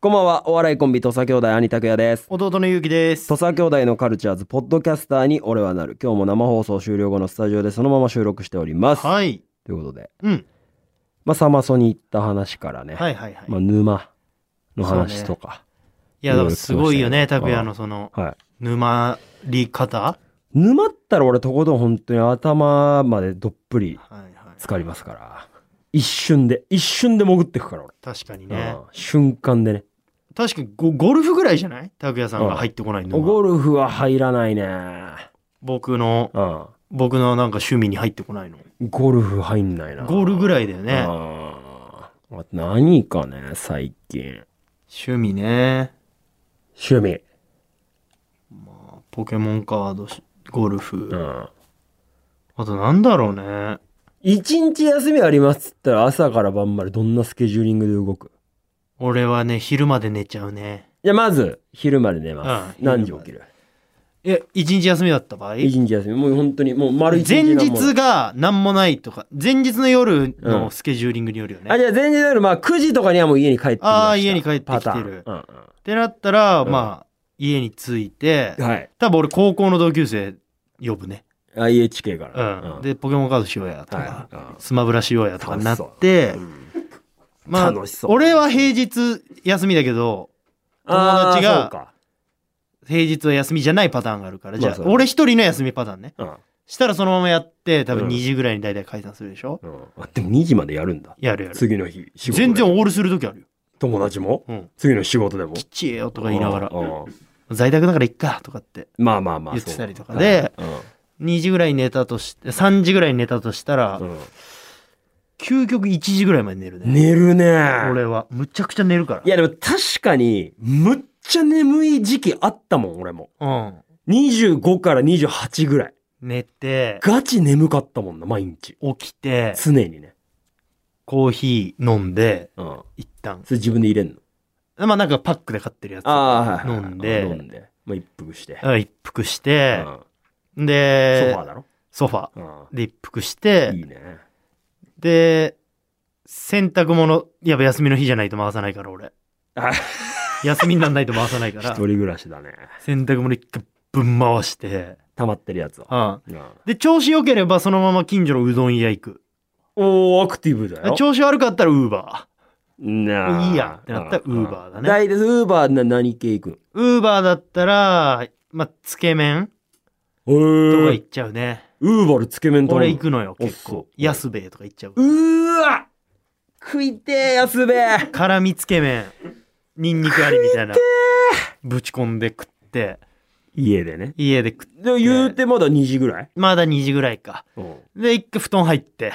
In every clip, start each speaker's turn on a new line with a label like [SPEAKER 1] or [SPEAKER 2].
[SPEAKER 1] こんばんは、お笑いコンビ、土佐兄弟、兄拓也です。
[SPEAKER 2] 弟のゆうきです
[SPEAKER 1] 土佐兄弟のカルチャーズ、ポッドキャスターに俺はなる。今日も生放送終了後のスタジオでそのまま収録しております。
[SPEAKER 2] はい
[SPEAKER 1] ということで、
[SPEAKER 2] うん
[SPEAKER 1] まあ、サマソに行った話からね、
[SPEAKER 2] はいはいはい、
[SPEAKER 1] まあ、
[SPEAKER 2] い
[SPEAKER 1] 沼の話とか、
[SPEAKER 2] やだからすごいよね
[SPEAKER 1] そう
[SPEAKER 2] 拓
[SPEAKER 1] ね
[SPEAKER 2] 也のその
[SPEAKER 1] はい。
[SPEAKER 2] 沼り方
[SPEAKER 1] 沼ったら俺、とことん本当に頭までどっぷり
[SPEAKER 2] はいはい
[SPEAKER 1] 浸かりますから、一瞬で、一瞬で潜ってくから、俺。
[SPEAKER 2] 確かにね
[SPEAKER 1] うん瞬間でね。
[SPEAKER 2] 確かにゴゴルフぐらいじゃない拓也さんが入ってこない沼
[SPEAKER 1] ゴルフは入らないね。
[SPEAKER 2] 僕の
[SPEAKER 1] うん。
[SPEAKER 2] 僕のなんか趣味に入ってこないの
[SPEAKER 1] ゴルフ入んないな。
[SPEAKER 2] ゴルぐらいだよね
[SPEAKER 1] あーあ何かね、最近。
[SPEAKER 2] 趣味ね
[SPEAKER 1] 趣味。
[SPEAKER 2] ポケモンカードしゴルフ、
[SPEAKER 1] うん。
[SPEAKER 2] あとなんだろうね
[SPEAKER 1] 一日休みありますっつったら朝から晩までどんなスケジューリングで動く
[SPEAKER 2] 俺はね昼まで寝ちゃうね
[SPEAKER 1] じゃあまず、昼まで寝ます。
[SPEAKER 2] うん
[SPEAKER 1] 何時起きる
[SPEAKER 2] え一日休みだった場合
[SPEAKER 1] 一日休み。もう本当に、もう丸一
[SPEAKER 2] 前
[SPEAKER 1] 日なんもん。
[SPEAKER 2] 日が何もないとか前日の夜のスケジューリングによるよね、
[SPEAKER 1] あ、
[SPEAKER 2] っ
[SPEAKER 1] じゃあ前日の夜、まあ9時とかにはもう家に帰ってきました
[SPEAKER 2] あー家に帰ってきてる
[SPEAKER 1] パターンうん
[SPEAKER 2] てなったら、
[SPEAKER 1] うん
[SPEAKER 2] まあ家に着いて
[SPEAKER 1] うんはい。
[SPEAKER 2] 多分俺高校の同級生呼ぶね、
[SPEAKER 1] IHK か
[SPEAKER 2] う
[SPEAKER 1] ら。
[SPEAKER 2] ん
[SPEAKER 1] うん
[SPEAKER 2] でポケモンカードしようやとか、
[SPEAKER 1] はいうん
[SPEAKER 2] スマブラしようやとかなっ
[SPEAKER 1] 楽し
[SPEAKER 2] て、まあ
[SPEAKER 1] 楽しそう
[SPEAKER 2] 俺は平日休みだけど友達
[SPEAKER 1] あー
[SPEAKER 2] が
[SPEAKER 1] そうか
[SPEAKER 2] 平日は休みじゃないパターンがあるからじ
[SPEAKER 1] ま
[SPEAKER 2] ゃ
[SPEAKER 1] あ
[SPEAKER 2] あ
[SPEAKER 1] そう
[SPEAKER 2] 俺一人の休みパターンね
[SPEAKER 1] うん
[SPEAKER 2] したらそのままやって多
[SPEAKER 1] う
[SPEAKER 2] 分
[SPEAKER 1] ん
[SPEAKER 2] 2時ぐらいに大体解散するでしょ、
[SPEAKER 1] うんあでも2時までやるんだ。
[SPEAKER 2] やるやる
[SPEAKER 1] 次の日、仕事で
[SPEAKER 2] 全然オールする時あるよ、
[SPEAKER 1] 友達も
[SPEAKER 2] うん、
[SPEAKER 1] 次の仕事でも
[SPEAKER 2] きっちりよとか言いながら
[SPEAKER 1] うんうん
[SPEAKER 2] 在宅だからいっかとかって
[SPEAKER 1] まあまあまあ
[SPEAKER 2] 言ってたりとかで
[SPEAKER 1] そう
[SPEAKER 2] 2時ぐらいに寝たとして3時ぐらいに寝たとしたら
[SPEAKER 1] はいうん
[SPEAKER 2] 究極1時ぐらいまで寝るね
[SPEAKER 1] 寝るね
[SPEAKER 2] 俺はむちゃくちゃ寝るから
[SPEAKER 1] いやでも確かにむっちゃ眠い時期あったもん俺も
[SPEAKER 2] うん
[SPEAKER 1] 25から28ぐらい
[SPEAKER 2] 寝て
[SPEAKER 1] ガチ眠かったもんな毎日
[SPEAKER 2] 起きて
[SPEAKER 1] 常にね
[SPEAKER 2] コーヒー飲んで
[SPEAKER 1] うん
[SPEAKER 2] 一旦
[SPEAKER 1] それ自分で入れんの
[SPEAKER 2] まあなんかパックで買ってるやつ
[SPEAKER 1] ああはいはい
[SPEAKER 2] 飲んで
[SPEAKER 1] 飲んでまあ一服して
[SPEAKER 2] うん一服し
[SPEAKER 1] う
[SPEAKER 2] て
[SPEAKER 1] んソフ
[SPEAKER 2] で
[SPEAKER 1] ァーだろ
[SPEAKER 2] ソファ
[SPEAKER 1] う
[SPEAKER 2] で一服し
[SPEAKER 1] んい
[SPEAKER 2] て
[SPEAKER 1] いね
[SPEAKER 2] で洗濯物やっぱ休みの日じゃないと回さないから俺
[SPEAKER 1] あ
[SPEAKER 2] 休みになんないと回さない か
[SPEAKER 1] 一
[SPEAKER 2] ら
[SPEAKER 1] 人暮らしだね
[SPEAKER 2] 洗濯物一回ぶん回して
[SPEAKER 1] 溜まってるやつを
[SPEAKER 2] うん
[SPEAKER 1] うん
[SPEAKER 2] で、調子良ければそのまま近所のうどん屋行く。
[SPEAKER 1] おおアクティブだよ
[SPEAKER 2] 調子悪かったらウーバ
[SPEAKER 1] なあ
[SPEAKER 2] いいやんってなったら
[SPEAKER 1] うん
[SPEAKER 2] Uber だね
[SPEAKER 1] 大体ウーバーな何系行く
[SPEAKER 2] ー。ウーバーだったら、まあ、つけ麺とか
[SPEAKER 1] のへ
[SPEAKER 2] 行っちゃうね。
[SPEAKER 1] ウーバーでつけ麺
[SPEAKER 2] 俺行
[SPEAKER 1] の
[SPEAKER 2] くのよ、
[SPEAKER 1] おっ
[SPEAKER 2] 結構
[SPEAKER 1] そ。う
[SPEAKER 2] 安兵衛とか行っちゃう。
[SPEAKER 1] うーわ食いてえ安べえ
[SPEAKER 2] 辛味つけ麺、ニンニクありみたいな。ぶち込んで食って、
[SPEAKER 1] 家でね
[SPEAKER 2] 家で食って、
[SPEAKER 1] で言うてまだ2時ぐらい、
[SPEAKER 2] まだ2時ぐらいか。で、一回布団入って。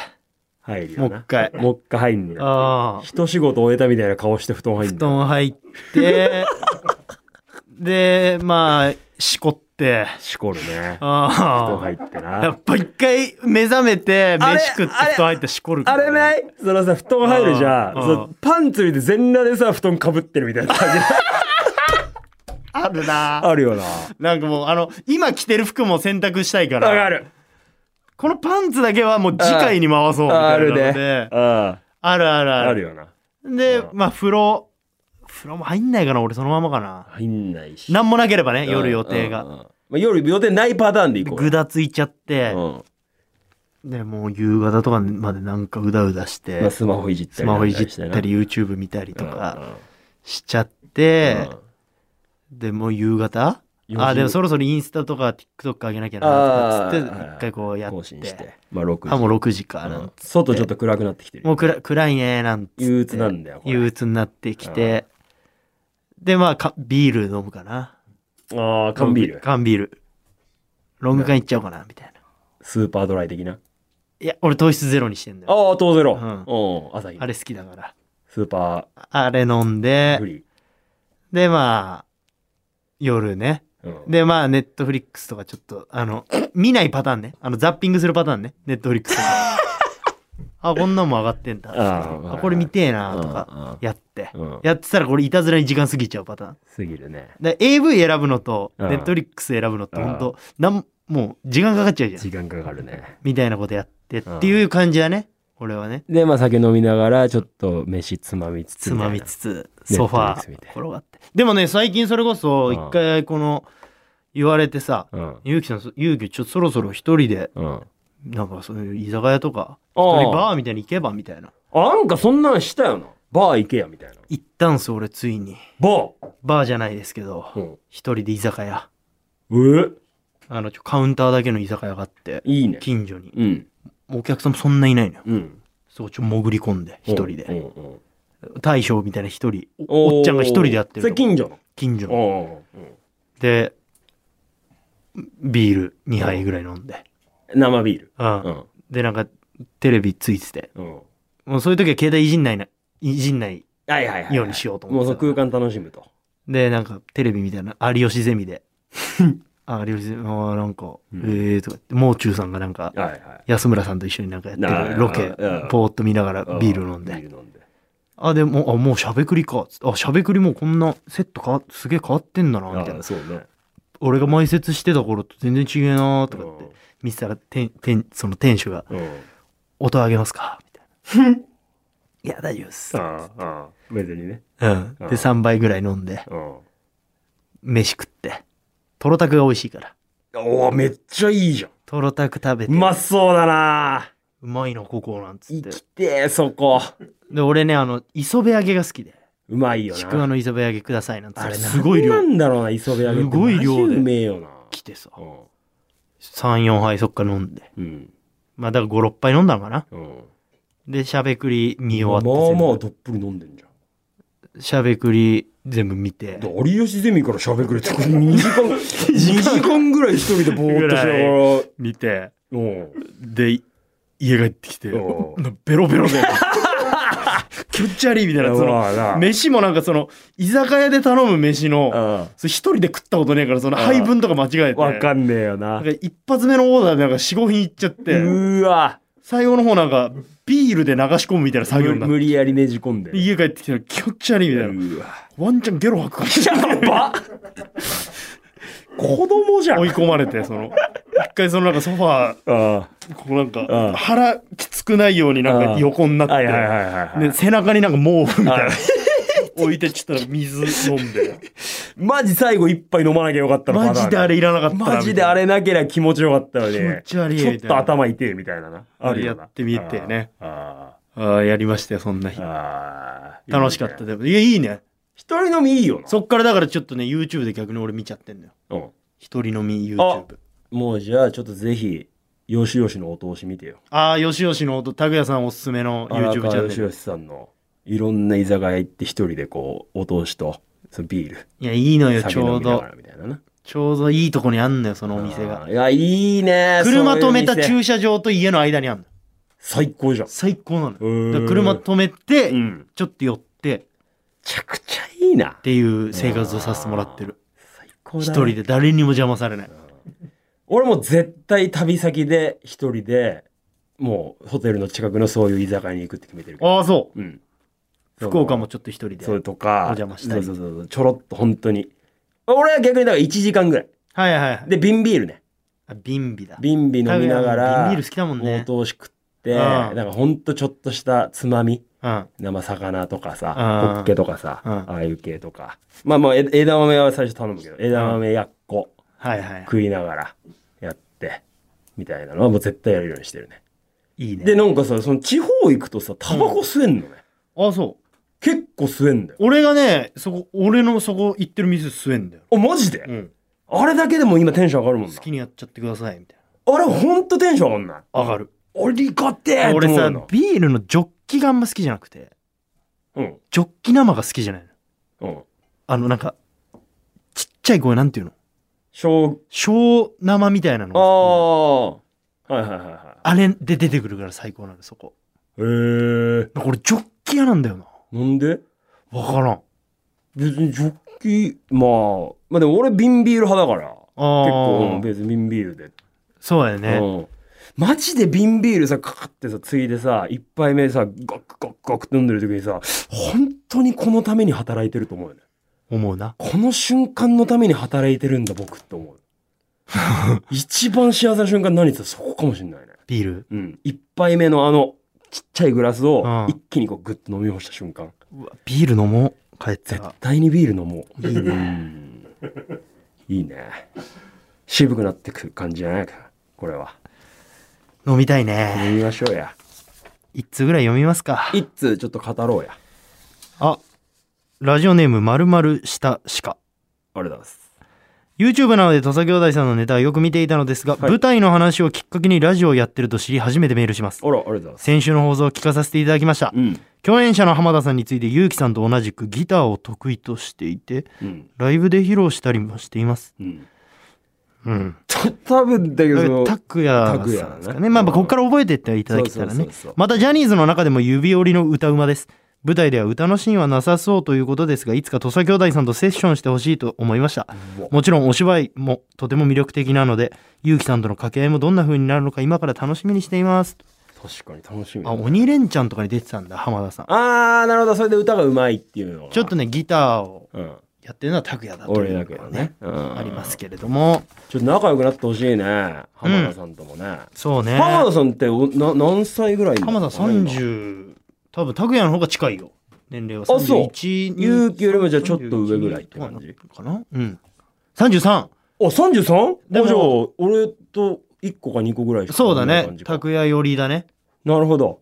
[SPEAKER 1] 入るよな
[SPEAKER 2] もう一回
[SPEAKER 1] もう一回入んのよ
[SPEAKER 2] ああ。
[SPEAKER 1] 一仕事終えたみたいな顔して布団入
[SPEAKER 2] 布
[SPEAKER 1] んのよ
[SPEAKER 2] 団入 って、で、まあ、しこって。
[SPEAKER 1] しこるね布
[SPEAKER 2] ああ
[SPEAKER 1] 団。入って
[SPEAKER 2] や
[SPEAKER 1] な
[SPEAKER 2] っぱ一回目覚めて
[SPEAKER 1] あれ
[SPEAKER 2] 飯食って布団入ってしこるか
[SPEAKER 1] あ
[SPEAKER 2] ら
[SPEAKER 1] れないそのさ布団入るじゃん
[SPEAKER 2] うん
[SPEAKER 1] そのパンツ見て全裸でさ布団かぶってるみたいな感 じ
[SPEAKER 2] あるな
[SPEAKER 1] あるよな
[SPEAKER 2] なんかもうあの今着てる服も洗濯したいから
[SPEAKER 1] わかる
[SPEAKER 2] このパンツだけはもう次回に回そうみた
[SPEAKER 1] あ
[SPEAKER 2] いな
[SPEAKER 1] る
[SPEAKER 2] ので
[SPEAKER 1] ねう
[SPEAKER 2] あ
[SPEAKER 1] ん
[SPEAKER 2] るあるある
[SPEAKER 1] あるよな
[SPEAKER 2] で
[SPEAKER 1] うん
[SPEAKER 2] まあ風呂風呂も入んないかな俺そのままかな
[SPEAKER 1] 入んないし
[SPEAKER 2] 何もなければね夜予定
[SPEAKER 1] うん
[SPEAKER 2] が
[SPEAKER 1] うんうんまあ、夜予定ないパターンでいこう
[SPEAKER 2] ぐだついちゃって
[SPEAKER 1] うん
[SPEAKER 2] でもう夕方とかまでなんかうだうだし
[SPEAKER 1] まあ、
[SPEAKER 2] て
[SPEAKER 1] スマホいじった
[SPEAKER 2] ス
[SPEAKER 1] りな
[SPEAKER 2] マ
[SPEAKER 1] んか
[SPEAKER 2] ホい
[SPEAKER 1] して
[SPEAKER 2] じ
[SPEAKER 1] な
[SPEAKER 2] ったり YouTube 見たりと
[SPEAKER 1] う
[SPEAKER 2] か
[SPEAKER 1] んうん
[SPEAKER 2] しちゃって
[SPEAKER 1] うん
[SPEAKER 2] でもう夕方
[SPEAKER 1] 4
[SPEAKER 2] あ
[SPEAKER 1] 時
[SPEAKER 2] でもそろそろインスタとか TikTok 上げなきゃなとかっつっ
[SPEAKER 1] あ
[SPEAKER 2] て
[SPEAKER 1] ー
[SPEAKER 2] 一回こうや
[SPEAKER 1] 更
[SPEAKER 2] っ
[SPEAKER 1] 新して
[SPEAKER 2] て
[SPEAKER 1] まあ6時
[SPEAKER 2] あもう6時かな
[SPEAKER 1] うんん
[SPEAKER 2] つって
[SPEAKER 1] 外ちょっと暗くなってきてる
[SPEAKER 2] もう暗暗いねなんつって
[SPEAKER 1] 憂鬱なんだよこれ
[SPEAKER 2] 憂鬱になってきてでまあかビール飲むかな
[SPEAKER 1] ああ缶ビール
[SPEAKER 2] 缶ビールロング缶いっちゃおうかなみたいな
[SPEAKER 1] スーパードライ的ない
[SPEAKER 2] や俺糖質ゼロにしてんだよ
[SPEAKER 1] ああ当ゼロ
[SPEAKER 2] う
[SPEAKER 1] うん朝日
[SPEAKER 2] あれ好きだから
[SPEAKER 1] スーパ
[SPEAKER 2] あれ飲ん
[SPEAKER 1] ー
[SPEAKER 2] で
[SPEAKER 1] フリー
[SPEAKER 2] でまあ夜ね
[SPEAKER 1] うん
[SPEAKER 2] でまあネットフリックスとかちょっとあの見ないパターンねあのザッピングするパターンねネットフリックスとかあこんなんも上がってんだ
[SPEAKER 1] あー
[SPEAKER 2] あこれ見てえなと
[SPEAKER 1] うんうん
[SPEAKER 2] かやって
[SPEAKER 1] うん
[SPEAKER 2] やってたらこれいたずらに時間過ぎちゃうパターン
[SPEAKER 1] すぎるね
[SPEAKER 2] で AV 選ぶのと
[SPEAKER 1] うん
[SPEAKER 2] ネットフリックス選ぶのって
[SPEAKER 1] うん
[SPEAKER 2] ほんとなんもう時間かかっちゃうじゃん
[SPEAKER 1] 時間かかるね
[SPEAKER 2] みたいなことやってっていう感じだね俺はね
[SPEAKER 1] でまあ酒飲みながらちょっと飯つまみつつ
[SPEAKER 2] つまみつつソファ
[SPEAKER 1] Netflix
[SPEAKER 2] ー
[SPEAKER 1] 見て
[SPEAKER 2] 転がってでもね最近それこそ一回この言われてさ
[SPEAKER 1] うん。
[SPEAKER 2] ゆうきさんそゆうきちょっとそろそろ一人で
[SPEAKER 1] うん。
[SPEAKER 2] なんかそういう居酒屋とか
[SPEAKER 1] あ
[SPEAKER 2] 一
[SPEAKER 1] ー
[SPEAKER 2] 人バーみたいに行けばみたいな
[SPEAKER 1] あ、なんかそんなんしたよな。バー行けや、みたいな。
[SPEAKER 2] 行ったんす俺ついに
[SPEAKER 1] バ
[SPEAKER 2] バーじゃないですけど
[SPEAKER 1] ー
[SPEAKER 2] 一人で居酒屋
[SPEAKER 1] うん。え
[SPEAKER 2] あのちょカウンターだけの居酒屋があって
[SPEAKER 1] いいね。
[SPEAKER 2] 近所に
[SPEAKER 1] うん。
[SPEAKER 2] お客さんもそんないないのよ
[SPEAKER 1] うん。
[SPEAKER 2] そこちょっと潜り込んで一人
[SPEAKER 1] うん
[SPEAKER 2] で
[SPEAKER 1] うんうん
[SPEAKER 2] 大将みたいな一人おおっちゃんが一人でやってる
[SPEAKER 1] それ近所の。
[SPEAKER 2] 近所の
[SPEAKER 1] おー
[SPEAKER 2] でビール2杯ぐらい飲んで、
[SPEAKER 1] 生ビール。
[SPEAKER 2] うん
[SPEAKER 1] うん。
[SPEAKER 2] でなんかテレビついてて
[SPEAKER 1] うん。
[SPEAKER 2] もうそういう時は携帯いじんないないじんない
[SPEAKER 1] はいはいはい。
[SPEAKER 2] ようにしようと思
[SPEAKER 1] も
[SPEAKER 2] っ
[SPEAKER 1] う
[SPEAKER 2] て
[SPEAKER 1] そ
[SPEAKER 2] た
[SPEAKER 1] の空間楽しむと。
[SPEAKER 2] でなんかテレビみたいな有吉ゼ ミであ有吉ゼミあーなんか、
[SPEAKER 1] うん
[SPEAKER 2] ええー、とか言ってもう中さんがなん
[SPEAKER 1] は
[SPEAKER 2] か
[SPEAKER 1] いはい。
[SPEAKER 2] 安村さんと一緒になんかやって
[SPEAKER 1] あー
[SPEAKER 2] るロケ
[SPEAKER 1] うん
[SPEAKER 2] ぽーっと見ながらビール飲ん
[SPEAKER 1] ビ
[SPEAKER 2] で
[SPEAKER 1] ール飲んで。
[SPEAKER 2] あでもうあもうしゃべくりかつってあしゃべくりもうこんなセットかすげえ変わってんだなみたい
[SPEAKER 1] あ
[SPEAKER 2] な
[SPEAKER 1] あ、そうね。
[SPEAKER 2] 俺が前説してた頃と全然違えなーとか言って
[SPEAKER 1] うん
[SPEAKER 2] 見てたらてんてんその店主が
[SPEAKER 1] うん。
[SPEAKER 2] 「音あげますか?」みたい な「いや大丈夫です」
[SPEAKER 1] ああ、ああ、別にね。
[SPEAKER 2] うん、
[SPEAKER 1] うん
[SPEAKER 2] で3杯ぐらい飲んで
[SPEAKER 1] うん。
[SPEAKER 2] 飯食ってとろたくが美味しいから
[SPEAKER 1] おお、めっちゃいいじゃん。
[SPEAKER 2] とろたく食べて
[SPEAKER 1] うまそうだな
[SPEAKER 2] うまいのここなんつっ
[SPEAKER 1] 生
[SPEAKER 2] て
[SPEAKER 1] きてえ、そこ。
[SPEAKER 2] で俺ねあの磯辺揚げが好きで
[SPEAKER 1] うまいよな。
[SPEAKER 2] ちくわの磯辺揚げくださいなんつ
[SPEAKER 1] あ
[SPEAKER 2] って
[SPEAKER 1] れ
[SPEAKER 2] すごい量
[SPEAKER 1] なんだろうな、磯辺揚げって。
[SPEAKER 2] すごい量で
[SPEAKER 1] マジうめえよな。
[SPEAKER 2] 来てさ
[SPEAKER 1] う
[SPEAKER 2] 34杯そっから飲んで
[SPEAKER 1] ん。
[SPEAKER 2] まあだから56杯飲んだのかな
[SPEAKER 1] うん。
[SPEAKER 2] でしゃべくり見
[SPEAKER 1] まあ
[SPEAKER 2] 終
[SPEAKER 1] ま
[SPEAKER 2] わって
[SPEAKER 1] あ、どっぷり飲んでんじゃん。
[SPEAKER 2] 全部しゃべくり全部見て
[SPEAKER 1] で有吉ゼミから喋くれって、これ2時間、2時間ぐらい一人でぼーっとしながら。
[SPEAKER 2] 見て
[SPEAKER 1] うん。
[SPEAKER 2] で家帰ってきて
[SPEAKER 1] うん
[SPEAKER 2] なベロベ ロで気持ち悪いみたいなその
[SPEAKER 1] まあな
[SPEAKER 2] 飯もなんかその居酒屋で頼む飯の
[SPEAKER 1] う
[SPEAKER 2] それ一人で食ったことねえからその
[SPEAKER 1] うん
[SPEAKER 2] 配分とか間違えて
[SPEAKER 1] ん。わかんねえよ
[SPEAKER 2] な。
[SPEAKER 1] なん
[SPEAKER 2] か一発目のオーダーでなんか45品いっちゃって
[SPEAKER 1] うわ。
[SPEAKER 2] 最後の方なんかビールで流し込むみたいな作業になっ
[SPEAKER 1] 無理やりねじ込んで。
[SPEAKER 2] て家帰ってきたら気持ち悪いみたいな
[SPEAKER 1] うわ。
[SPEAKER 2] ワンちゃんゲロ吐くかもしれない
[SPEAKER 1] やば子供じゃん。
[SPEAKER 2] 追
[SPEAKER 1] あ
[SPEAKER 2] い込まれてその一回そのなんかソファ
[SPEAKER 1] あ。
[SPEAKER 2] ーこう
[SPEAKER 1] う
[SPEAKER 2] なん
[SPEAKER 1] ん
[SPEAKER 2] か腹きつくないようになん
[SPEAKER 1] う
[SPEAKER 2] か
[SPEAKER 1] ん
[SPEAKER 2] 横にな
[SPEAKER 1] はいはいは
[SPEAKER 2] っ
[SPEAKER 1] いはいは
[SPEAKER 2] て
[SPEAKER 1] い。
[SPEAKER 2] で背中になんか毛布みたい
[SPEAKER 1] あ
[SPEAKER 2] な置いてちょっと水飲んで
[SPEAKER 1] マジ最後一杯飲まなきゃよかったの
[SPEAKER 2] マジであれ
[SPEAKER 1] い
[SPEAKER 2] いらなかったな
[SPEAKER 1] マジであれなけりゃ気持ちよかったのに。
[SPEAKER 2] 気持ち悪い
[SPEAKER 1] ちょっ
[SPEAKER 2] みたいな
[SPEAKER 1] と頭痛えみたいなな。あるよな
[SPEAKER 2] やってみてね。
[SPEAKER 1] あ
[SPEAKER 2] あーやりましたよそんな
[SPEAKER 1] あ
[SPEAKER 2] 日
[SPEAKER 1] ああ。
[SPEAKER 2] 楽しかっ
[SPEAKER 1] い
[SPEAKER 2] た
[SPEAKER 1] いね
[SPEAKER 2] でもいやいいね
[SPEAKER 1] 一人飲みいいよな。
[SPEAKER 2] そっからだからちょっとね YouTube で逆に俺見ちゃってんのよ
[SPEAKER 1] うん。
[SPEAKER 2] 一人飲み YouTube
[SPEAKER 1] あもうじゃあちょっとぜひ、よしよしのお通し見てよ。
[SPEAKER 2] ああ、よしよしの音、拓也さんおすすめの YouTube チャン
[SPEAKER 1] よ
[SPEAKER 2] ネ
[SPEAKER 1] し
[SPEAKER 2] ル。
[SPEAKER 1] よしさんのいろんな居酒屋行って一人でこう、お通しと、そのビール。
[SPEAKER 2] いや、いいのよ、ち
[SPEAKER 1] 酒飲
[SPEAKER 2] ょう
[SPEAKER 1] みな
[SPEAKER 2] ど
[SPEAKER 1] が。らみたいなな。
[SPEAKER 2] ちょうどいいとこにあんのよ、そのお店
[SPEAKER 1] あ
[SPEAKER 2] が。
[SPEAKER 1] ー。いや、いいね。
[SPEAKER 2] 車
[SPEAKER 1] そういう
[SPEAKER 2] 止めた
[SPEAKER 1] 店
[SPEAKER 2] 駐車場と家の間にあんの。
[SPEAKER 1] 最高じゃん。
[SPEAKER 2] 最高な
[SPEAKER 1] う
[SPEAKER 2] の
[SPEAKER 1] ーん
[SPEAKER 2] よ。だから車止めて、
[SPEAKER 1] ん。め
[SPEAKER 2] ちょっと寄って、っ
[SPEAKER 1] ちゃくちゃいいな。
[SPEAKER 2] ていう生活をさせてもらってる。
[SPEAKER 1] 最高だ。
[SPEAKER 2] 一人。で誰にも邪魔されない。
[SPEAKER 1] 俺も絶対旅先で一人で、もうホテルの近くのそういう居酒屋に行くって決めてるけど。
[SPEAKER 2] ああ、そ
[SPEAKER 1] うん。
[SPEAKER 2] う。福岡も
[SPEAKER 1] ち
[SPEAKER 2] ちょっと一人
[SPEAKER 1] ょ
[SPEAKER 2] で。
[SPEAKER 1] それとか、
[SPEAKER 2] お邪魔したり
[SPEAKER 1] そうそうそうそう。ちょろっと本当に。俺は逆にだから1時間ぐらい。
[SPEAKER 2] はいはいはい。
[SPEAKER 1] で、瓶ビールね。
[SPEAKER 2] あビンビだ。
[SPEAKER 1] 瓶ビ飲みながら、
[SPEAKER 2] ビンビール好きだもんね。
[SPEAKER 1] お通し食って、
[SPEAKER 2] うん
[SPEAKER 1] なんかほんとちょっとしたつまみ。
[SPEAKER 2] うん。
[SPEAKER 1] 生魚とかさ、
[SPEAKER 2] うん
[SPEAKER 1] ホッケとかさ、
[SPEAKER 2] うん
[SPEAKER 1] ああいう系とか。まあまあ、え枝豆は最初頼むけど、枝豆やっこ
[SPEAKER 2] はいはい。
[SPEAKER 1] 食いながらやって、みたいなのはもう絶対やるようにしてるね。
[SPEAKER 2] いいね。
[SPEAKER 1] で、なんかさ、その地方行くとさ、タバコ吸えんのね。
[SPEAKER 2] ああ、そう。
[SPEAKER 1] 結構吸えんだよ。
[SPEAKER 2] 俺がね、そこ、俺のそこ行ってる店吸えんだよ。
[SPEAKER 1] お、マジで、
[SPEAKER 2] うん。
[SPEAKER 1] あれだけでも今テンション上がるもんな
[SPEAKER 2] 好。きにやっちゃってくださいみたい
[SPEAKER 1] あれほんとテンション上がんない。
[SPEAKER 2] な上がる
[SPEAKER 1] ありがてえ
[SPEAKER 2] 俺
[SPEAKER 1] と思
[SPEAKER 2] さ
[SPEAKER 1] うの
[SPEAKER 2] ビールのジョッキがあんま好きじゃなくて
[SPEAKER 1] うん。
[SPEAKER 2] ジョッキ生が好きじゃないの
[SPEAKER 1] うん。
[SPEAKER 2] あのなんかちっちゃい声なんていうの
[SPEAKER 1] 小、
[SPEAKER 2] 小生みたいなの
[SPEAKER 1] あ
[SPEAKER 2] が好
[SPEAKER 1] あ。はいはいはいは
[SPEAKER 2] きなのあれで出てくるから最高なのそこ
[SPEAKER 1] い。へえ。
[SPEAKER 2] なんか俺ジョッキ屋なんだよな
[SPEAKER 1] なんで
[SPEAKER 2] 分からんあ
[SPEAKER 1] 別にジョッキまあまあでも俺瓶ビール派だから結
[SPEAKER 2] あ
[SPEAKER 1] 構うん
[SPEAKER 2] ー
[SPEAKER 1] 別に瓶ビールで、
[SPEAKER 2] そうやね
[SPEAKER 1] うんマジで瓶ビールさかかってさついでさ一杯目さガクガクガクって飲んでる時にさ本当にこのために働いてると思うよね
[SPEAKER 2] 思うな
[SPEAKER 1] この瞬間のために働いてるんだ僕って 思う一番幸せな瞬間何って言ったらそこかもしんないね
[SPEAKER 2] ビール
[SPEAKER 1] うん一杯目のあのちっちゃいグラスを
[SPEAKER 2] うん
[SPEAKER 1] 一気にこうグッと飲み干した瞬間
[SPEAKER 2] うわビール飲もう帰った
[SPEAKER 1] 絶
[SPEAKER 2] ら
[SPEAKER 1] 対にビール飲もう。
[SPEAKER 2] いいね
[SPEAKER 1] うんいいね。渋くなってく感じじゃないか。これは。
[SPEAKER 2] 飲みたいね
[SPEAKER 1] 飲みましょうや。
[SPEAKER 2] 一通ぐらい読みますか
[SPEAKER 1] 一通ちょっと語ろうや。
[SPEAKER 2] あラジオネームまるまるしたしか
[SPEAKER 1] あれだっす。
[SPEAKER 2] YouTube なので土佐兄弟さんのネタはよく見ていたのですが、
[SPEAKER 1] はい
[SPEAKER 2] 舞台の話をきっかけにラジオをやってると知り初めてメールします
[SPEAKER 1] あら、ありがとうございます。
[SPEAKER 2] 先週の放送を聞かさせていただきました
[SPEAKER 1] うん。
[SPEAKER 2] 共演者の浜田さんについて結城さんと同じくギターを得意としていて
[SPEAKER 1] うん。
[SPEAKER 2] ライブで披露したりもしています
[SPEAKER 1] うん。
[SPEAKER 2] うん
[SPEAKER 1] と、多分だけど、その
[SPEAKER 2] 拓也さんですかねまあまあここから覚えてっていただけたら
[SPEAKER 1] そう
[SPEAKER 2] ね
[SPEAKER 1] そうそうそう
[SPEAKER 2] またジャニーズの中でも指折りの歌うまです舞台では歌のシーンはなさそうということですがいつか土佐兄弟さんとセッションしてほしいと思いました
[SPEAKER 1] うわ
[SPEAKER 2] もちろんお芝居もとても魅力的なので結城さんとの掛け合いもどんな風になるのか今から楽しみにしています
[SPEAKER 1] 確かに楽しみだ
[SPEAKER 2] あ
[SPEAKER 1] な。
[SPEAKER 2] 鬼レンチャンとかに出てたんだ浜田さん
[SPEAKER 1] あー、なるほど。それで歌がうまいっていうのは。
[SPEAKER 2] ちょっとねギターを
[SPEAKER 1] うん。
[SPEAKER 2] やってるのは拓也だとい
[SPEAKER 1] 俺
[SPEAKER 2] う
[SPEAKER 1] だ
[SPEAKER 2] の
[SPEAKER 1] けど
[SPEAKER 2] が
[SPEAKER 1] ね
[SPEAKER 2] ね。
[SPEAKER 1] あ
[SPEAKER 2] ありますけれども
[SPEAKER 1] ちょっと仲良くなってほしいね。浜田さんともね。
[SPEAKER 2] そうね
[SPEAKER 1] 浜田さんっておな何歳ぐらいな
[SPEAKER 2] 浜
[SPEAKER 1] の
[SPEAKER 2] 田
[SPEAKER 1] かな今
[SPEAKER 2] 30多分拓也の方が近いよ年齢は
[SPEAKER 1] あそう
[SPEAKER 2] 31
[SPEAKER 1] 勇気よりもじゃあちょっと上ぐらいって感じ
[SPEAKER 2] かなうん33
[SPEAKER 1] あ、33?
[SPEAKER 2] でも
[SPEAKER 1] あじゃあ、俺と1個か2個ぐらいしか
[SPEAKER 2] そうだ
[SPEAKER 1] 同
[SPEAKER 2] ね
[SPEAKER 1] じ感じか
[SPEAKER 2] 拓也寄りだね
[SPEAKER 1] なるほど。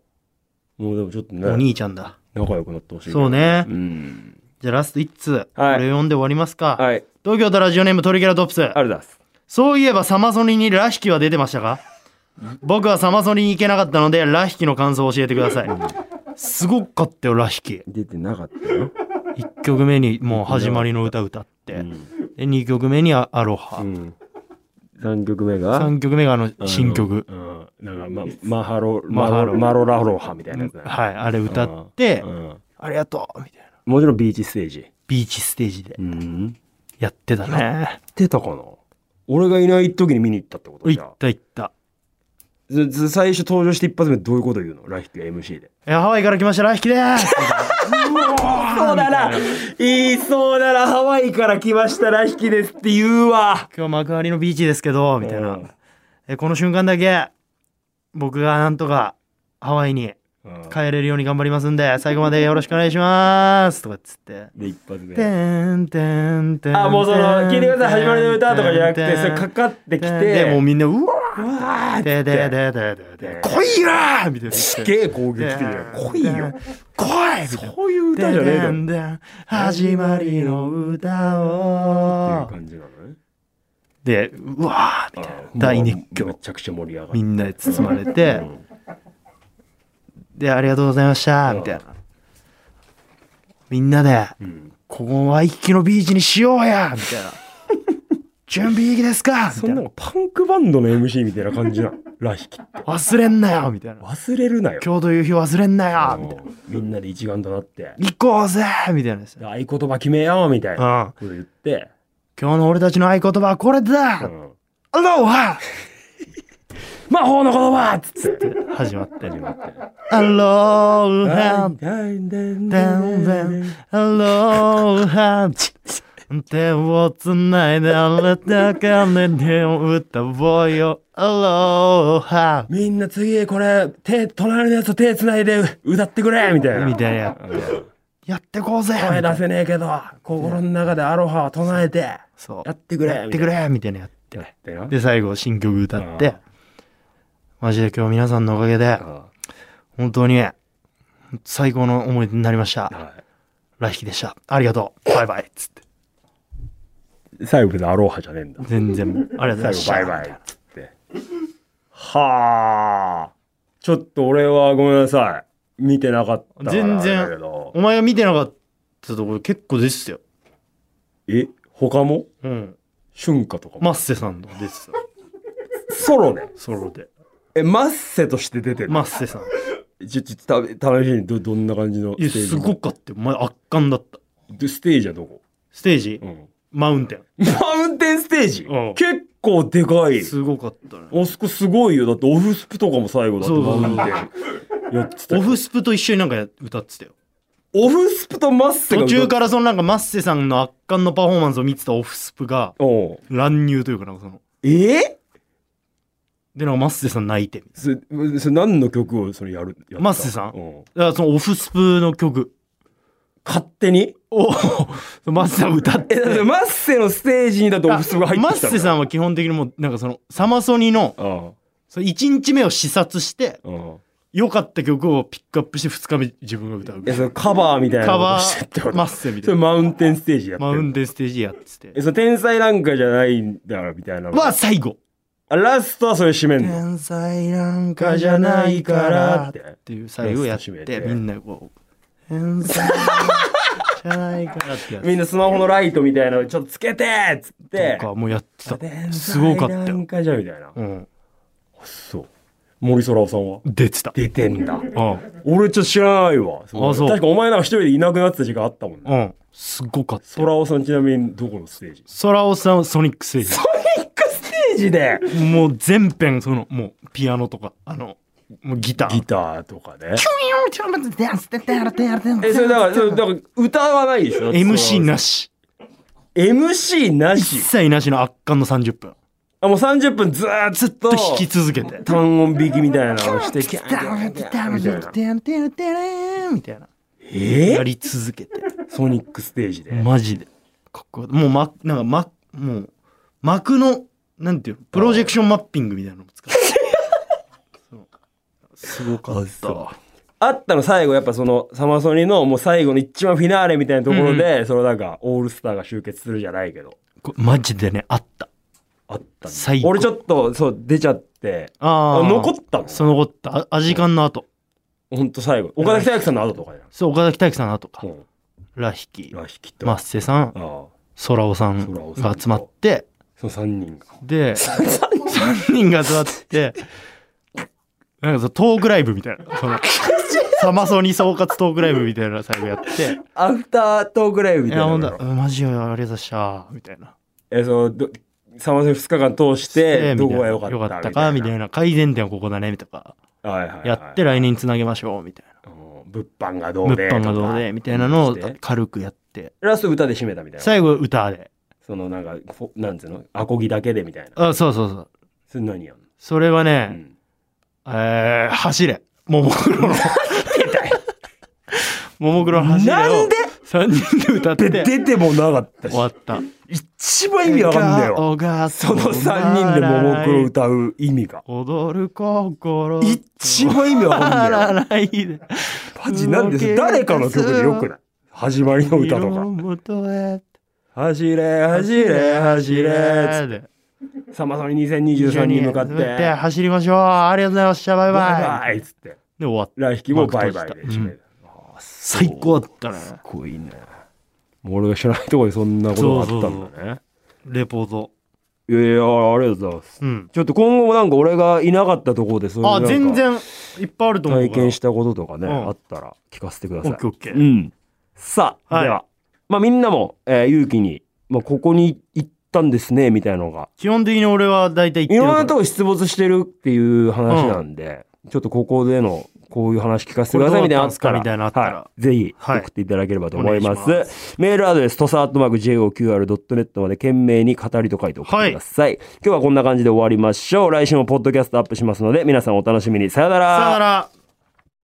[SPEAKER 1] もうでもちょっと
[SPEAKER 2] お
[SPEAKER 1] ね、
[SPEAKER 2] 兄ちゃんだ
[SPEAKER 1] 仲良くなってほしい。
[SPEAKER 2] そう。ね
[SPEAKER 1] うん。
[SPEAKER 2] じゃあラスト1通これ
[SPEAKER 1] はい
[SPEAKER 2] 読んで終わりますか
[SPEAKER 1] はい、
[SPEAKER 2] 東京都ラジオネームトリケラトプス
[SPEAKER 1] あれだっす。
[SPEAKER 2] そういえばサマソニにラヒキは出てまし たか僕はサマソニに行けなかったのでラヒキの感想を教えてくださいすごかったよラヒキ
[SPEAKER 1] 出てなかった よ。
[SPEAKER 2] 1曲目にもう始まりの歌歌って、
[SPEAKER 1] うん。
[SPEAKER 2] で2曲目にアアロハ、
[SPEAKER 1] うん、3曲目が
[SPEAKER 2] 3曲目があの
[SPEAKER 1] あの
[SPEAKER 2] 新曲、
[SPEAKER 1] うん。なんか、ま、マハロ、マ
[SPEAKER 2] マハ
[SPEAKER 1] ハ
[SPEAKER 2] ロ
[SPEAKER 1] ロ、マロラロハみたいなやつね。
[SPEAKER 2] はいあれ歌って、
[SPEAKER 1] うん
[SPEAKER 2] ありがとうみたいな
[SPEAKER 1] もちろんビーチステージ。
[SPEAKER 2] ビーチステージで
[SPEAKER 1] うん。
[SPEAKER 2] やってたね
[SPEAKER 1] 出たかな俺がいない時に見に行ったってことじ
[SPEAKER 2] 行
[SPEAKER 1] ゃあ
[SPEAKER 2] った行った
[SPEAKER 1] ずず最初登場して一発目どういうこと言うのラヒキが MC で。
[SPEAKER 2] いやハワイから来ましたラヒキでーす
[SPEAKER 1] そうだな。言いそうだな。ハワイから来ましたラヒキですって言うわ。
[SPEAKER 2] 今日幕張のビーチですけどみたいな、えこの瞬間だけ僕がなんとかハワイに帰れるように頑張りますんで最後までよろしくお願いしますとかっつって
[SPEAKER 1] で、一発目。
[SPEAKER 2] てんてんてん
[SPEAKER 1] あ、もうその、聞いてください。始まりの歌とかじゃなく
[SPEAKER 2] てん
[SPEAKER 1] て、
[SPEAKER 2] てん
[SPEAKER 1] それかかってきて、
[SPEAKER 2] でもうみんなうわ
[SPEAKER 1] うわー
[SPEAKER 2] ー
[SPEAKER 1] っ
[SPEAKER 2] でで
[SPEAKER 1] て。
[SPEAKER 2] でででで
[SPEAKER 1] 来いよーみたいな。
[SPEAKER 2] す
[SPEAKER 1] す
[SPEAKER 2] げ
[SPEAKER 1] げえ攻撃的だよ。来いよ。来いみたいなそういう歌じゃねえだろ。
[SPEAKER 2] で
[SPEAKER 1] っ
[SPEAKER 2] んでん始まりの歌
[SPEAKER 1] ていう
[SPEAKER 2] を
[SPEAKER 1] 感じなのね。
[SPEAKER 2] でうわーみたいな大熱
[SPEAKER 1] もうめ
[SPEAKER 2] 狂
[SPEAKER 1] ちゃくちゃ盛り上が
[SPEAKER 2] み
[SPEAKER 1] る。
[SPEAKER 2] んなで包まれてでありがとうございましたみたいなみんなで
[SPEAKER 1] うん
[SPEAKER 2] ここは一気のビーチにしようやみたいな準備いいですかみ
[SPEAKER 1] そ
[SPEAKER 2] たい
[SPEAKER 1] んな
[SPEAKER 2] なん
[SPEAKER 1] かパンクバンドの MC みたいな感じなのラヒキって
[SPEAKER 2] 忘れんなよみたいな
[SPEAKER 1] 忘れるなよ
[SPEAKER 2] 今日という日忘れんなよみたいな
[SPEAKER 1] うんみんなで一丸となって
[SPEAKER 2] 行こうぜみたいなです
[SPEAKER 1] で
[SPEAKER 2] よ
[SPEAKER 1] 合言葉決めようみたい
[SPEAKER 2] うん
[SPEAKER 1] なこ
[SPEAKER 2] 今
[SPEAKER 1] と言って、
[SPEAKER 2] 日の俺たちの合言葉はこれだ、
[SPEAKER 1] うん、
[SPEAKER 2] アロハ
[SPEAKER 1] 魔法の言葉っつって
[SPEAKER 2] 始まって
[SPEAKER 1] 始まって
[SPEAKER 2] アロハ
[SPEAKER 1] 「
[SPEAKER 2] アロハ手をつないであれだけねで歌おうよアロハ
[SPEAKER 1] みんな次これ手隣のやつと手つないで歌ってくれ」みたいな
[SPEAKER 2] みたいな
[SPEAKER 1] うん
[SPEAKER 2] やってこうぜ
[SPEAKER 1] 声出せねえけど心の中でアロハを唱えて
[SPEAKER 2] そう
[SPEAKER 1] やってくれ
[SPEAKER 2] やってくれみたいなやって
[SPEAKER 1] やってよ
[SPEAKER 2] で最後新曲歌ってマジで今日皆さんのおかげで
[SPEAKER 1] うん
[SPEAKER 2] 本当に最高の思い出になりました
[SPEAKER 1] は
[SPEAKER 2] ラヒキでしたありがとうバイバイっつって
[SPEAKER 1] い最後別にアロハじゃねえんだ
[SPEAKER 2] 全然ありがとうございました
[SPEAKER 1] 最後バイバイっつって。はあ。ちょっと俺はごめんなさい。見てなかったから
[SPEAKER 2] 全然
[SPEAKER 1] あれだけど。
[SPEAKER 2] お前が見てなかったところ結構ですよ
[SPEAKER 1] え、他も
[SPEAKER 2] うん
[SPEAKER 1] 春夏とかも。
[SPEAKER 2] マッセさんのですよ
[SPEAKER 1] ソロね。
[SPEAKER 2] ソロで
[SPEAKER 1] え、マッセとして出てる。
[SPEAKER 2] マッセさん
[SPEAKER 1] ちょ、ちょ、た試しにど、どんな感じの
[SPEAKER 2] いや
[SPEAKER 1] ステージ
[SPEAKER 2] すごかったよお前圧巻だった
[SPEAKER 1] でステージはどこ
[SPEAKER 2] ステージ
[SPEAKER 1] ん。
[SPEAKER 2] マウンテ
[SPEAKER 1] マウンテンステージ
[SPEAKER 2] うん
[SPEAKER 1] 結構でかい
[SPEAKER 2] ン。すごかったね
[SPEAKER 1] あそこすごいよ。だってオフスプとかも最後だって
[SPEAKER 2] そうそう
[SPEAKER 1] マウ
[SPEAKER 2] そう
[SPEAKER 1] ンテンやってた
[SPEAKER 2] オ
[SPEAKER 1] よ。
[SPEAKER 2] フスプと一緒になんかや歌ってたよ
[SPEAKER 1] オフスプとマッセが歌
[SPEAKER 2] 途
[SPEAKER 1] っ
[SPEAKER 2] 中からそのなんかマッセさんの圧巻のパフォーマンスを見てたオフスプが
[SPEAKER 1] おう
[SPEAKER 2] 乱入というかなんかその
[SPEAKER 1] えー
[SPEAKER 2] でなんかマッセさん泣いてみたい
[SPEAKER 1] それそれ何の曲をそれやるやった
[SPEAKER 2] マッセさん
[SPEAKER 1] うん、
[SPEAKER 2] なだからそのオフスプの曲
[SPEAKER 1] 勝手に。
[SPEAKER 2] おおマッセさん歌って
[SPEAKER 1] え、だってマッセのステージにだって オフスが入
[SPEAKER 2] マ
[SPEAKER 1] っ
[SPEAKER 2] ッ
[SPEAKER 1] てきた
[SPEAKER 2] セさんは基本的にもうなんかそのサマソニの
[SPEAKER 1] ん。
[SPEAKER 2] その1日目を視察して
[SPEAKER 1] うん。うん。
[SPEAKER 2] 良かった曲をピックアップして2日目自分が歌う
[SPEAKER 1] え、そのカバーみたいな
[SPEAKER 2] カ
[SPEAKER 1] こと
[SPEAKER 2] バ
[SPEAKER 1] してってこ
[SPEAKER 2] ー
[SPEAKER 1] と
[SPEAKER 2] マッセみ
[SPEAKER 1] そ
[SPEAKER 2] た
[SPEAKER 1] れ
[SPEAKER 2] いな
[SPEAKER 1] マウンテンステージやって
[SPEAKER 2] マウン
[SPEAKER 1] る。
[SPEAKER 2] テンステージやっつって
[SPEAKER 1] え、その天才なんかじゃないんだからみたいな。
[SPEAKER 2] は最後
[SPEAKER 1] あラストはそれ締め
[SPEAKER 2] 「
[SPEAKER 1] んの。
[SPEAKER 2] 天才なんかじゃないから」っていう最後やっ
[SPEAKER 1] ラスト
[SPEAKER 2] て
[SPEAKER 1] 締めて
[SPEAKER 2] みんなこう「天才じゃないから」ってやつ
[SPEAKER 1] みんなスマホのライトみたいなのちょっとつけてっつって。
[SPEAKER 2] とかもうやってた
[SPEAKER 1] 天才
[SPEAKER 2] すごかった
[SPEAKER 1] な
[SPEAKER 2] よ
[SPEAKER 1] ん、かじゃみたいな。
[SPEAKER 2] うん、
[SPEAKER 1] そう。森空夫さんは
[SPEAKER 2] 出てた
[SPEAKER 1] 出てんだ。
[SPEAKER 2] うん
[SPEAKER 1] 俺ちょっと知らないわ。
[SPEAKER 2] そう
[SPEAKER 1] 確かお前なんか一人でいなくなってた時間あったもんね。
[SPEAKER 2] うんすごかった
[SPEAKER 1] 空尾さんちなみにどこのステージ
[SPEAKER 2] 空尾さんはソニックステージ
[SPEAKER 1] ソニックステージで
[SPEAKER 2] もう全編そのもうピアノとかあのもうギター
[SPEAKER 1] ギターとかね。え、それだから、それだから歌わないでしょ
[SPEAKER 2] MC
[SPEAKER 1] な。
[SPEAKER 2] なし
[SPEAKER 1] MC な
[SPEAKER 2] 一
[SPEAKER 1] し。
[SPEAKER 2] 切なしの圧巻の30分
[SPEAKER 1] あ、もう30分ずー
[SPEAKER 2] ずっ
[SPEAKER 1] っ
[SPEAKER 2] と
[SPEAKER 1] と
[SPEAKER 2] 弾き続けて
[SPEAKER 1] 単音弾きみたいなのをして、キャーキャーキャーみたいな。
[SPEAKER 2] みたいなや
[SPEAKER 1] え
[SPEAKER 2] り続けて
[SPEAKER 1] ソニックステージで。
[SPEAKER 2] マジでかっこよかったもうまなんかまもう幕のなんていうのプロジェクションマッピングみたいなのも使ってそうすごかったわ
[SPEAKER 1] あったの最後やっぱそのサマソニのもう最後の一番フィナーレみたいなところで、そのなんかオールスターが集結するじゃないけど
[SPEAKER 2] これマジでねあった
[SPEAKER 1] あったんだ
[SPEAKER 2] 最高
[SPEAKER 1] 俺ちょっとそう出ちゃってあ
[SPEAKER 2] ああ
[SPEAKER 1] 残ったの
[SPEAKER 2] そう残ったあアジカンの後
[SPEAKER 1] ほんと最後岡崎体育さんの後とかじ
[SPEAKER 2] そう岡崎体育さんの後か
[SPEAKER 1] ゃんうん
[SPEAKER 2] ラヒキ
[SPEAKER 1] ラヒキと
[SPEAKER 2] マッセさん
[SPEAKER 1] ああ
[SPEAKER 2] 空尾さん
[SPEAKER 1] 空尾さん
[SPEAKER 2] が集まって
[SPEAKER 1] その3人が
[SPEAKER 2] で3人が集まってなんかそのトークライブみたいなそ のサマソニ総括トークライブみたいなの最後やって
[SPEAKER 1] アフタートークライブ
[SPEAKER 2] い
[SPEAKER 1] みたい
[SPEAKER 2] や、
[SPEAKER 1] な
[SPEAKER 2] ほ
[SPEAKER 1] の
[SPEAKER 2] ん
[SPEAKER 1] が
[SPEAKER 2] と、うんマジよ、ありがとうございました、みたいな。
[SPEAKER 1] えそのどサマソニ2日間通して
[SPEAKER 2] みた
[SPEAKER 1] ど
[SPEAKER 2] いな
[SPEAKER 1] こが良かった
[SPEAKER 2] よかったか、みたいな。改善点はここだね、とか。
[SPEAKER 1] はいはいはい
[SPEAKER 2] やって来年につなげましょう、みたいな。
[SPEAKER 1] うん物販がど
[SPEAKER 2] 物
[SPEAKER 1] うで
[SPEAKER 2] 販がどうで、みたいなのを
[SPEAKER 1] とかして
[SPEAKER 2] 軽くやって。
[SPEAKER 1] ラスト歌で締めたみたいな
[SPEAKER 2] 最後、歌で。
[SPEAKER 1] そのなんかフォなんつうのアコギだけでみたいな
[SPEAKER 2] あ、そうそうそう。
[SPEAKER 1] それ何やんの
[SPEAKER 2] それは
[SPEAKER 1] う
[SPEAKER 2] ね、
[SPEAKER 1] ん
[SPEAKER 2] えー、走れ。もも クロの。ももクロの走れを。
[SPEAKER 1] なんで
[SPEAKER 2] ?3 人で歌っ
[SPEAKER 1] で
[SPEAKER 2] て。
[SPEAKER 1] 出てもなかったし
[SPEAKER 2] 終わった。
[SPEAKER 1] 一番意味わかんないよ
[SPEAKER 2] 笑顔が
[SPEAKER 1] その3人でももクロ歌う意味が
[SPEAKER 2] 踊る心。
[SPEAKER 1] 一番意味わかんない よ
[SPEAKER 2] 笑わないで。
[SPEAKER 1] マジなんでそれ誰かの曲でよくない始まりの歌とか
[SPEAKER 2] か。
[SPEAKER 1] 「走れ走れ走れ」さまさに2023に向かって「バ
[SPEAKER 2] 走りましょう。ありがとうございました。バイ
[SPEAKER 1] イ
[SPEAKER 2] バイ。
[SPEAKER 1] バイ」っつって
[SPEAKER 2] で終わった。
[SPEAKER 1] 来季もバイバイで締めるあーそう
[SPEAKER 2] 最高だったね。
[SPEAKER 1] すごいねもう俺が知らないところでそんなことがあったんだね
[SPEAKER 2] レポート。
[SPEAKER 1] いやいやありがとうございます
[SPEAKER 2] うん。
[SPEAKER 1] ちょっと今後もなんか俺がいなかったところでそういうな
[SPEAKER 2] あ
[SPEAKER 1] ん、か
[SPEAKER 2] 全然いっぱいあると思うから。
[SPEAKER 1] 体験したこととかね、
[SPEAKER 2] うん
[SPEAKER 1] あったら聞かせてくだ
[SPEAKER 2] オ
[SPEAKER 1] さい
[SPEAKER 2] ッ。ケーオッケ
[SPEAKER 1] う
[SPEAKER 2] ー。
[SPEAKER 1] ん、さあ、
[SPEAKER 2] はい
[SPEAKER 1] では、まあ、みんなも、えー、勇気に、まあ、ここに行ったんですねみたいなのが
[SPEAKER 2] 基本的に俺は大体
[SPEAKER 1] い
[SPEAKER 2] 言っ
[SPEAKER 1] ろ
[SPEAKER 2] て
[SPEAKER 1] ん
[SPEAKER 2] るか
[SPEAKER 1] な
[SPEAKER 2] ら
[SPEAKER 1] とこ出没してるっていう話なんで、ちょっとここでのこういう話聞かせてくださいみたいなのあったら
[SPEAKER 2] これどうだったんすかみたいなのあったら
[SPEAKER 1] はい、ぜひ
[SPEAKER 2] はい
[SPEAKER 1] 送っていただければと思います,、
[SPEAKER 2] お願いしま
[SPEAKER 1] メールアドレストサートマーク JOQR.net まで懸命に語りと書いて送ってください、今日はこんな感じで終わりましょう来週もポッドキャストアップしますので皆さんお楽しみにさよな
[SPEAKER 2] さよなら。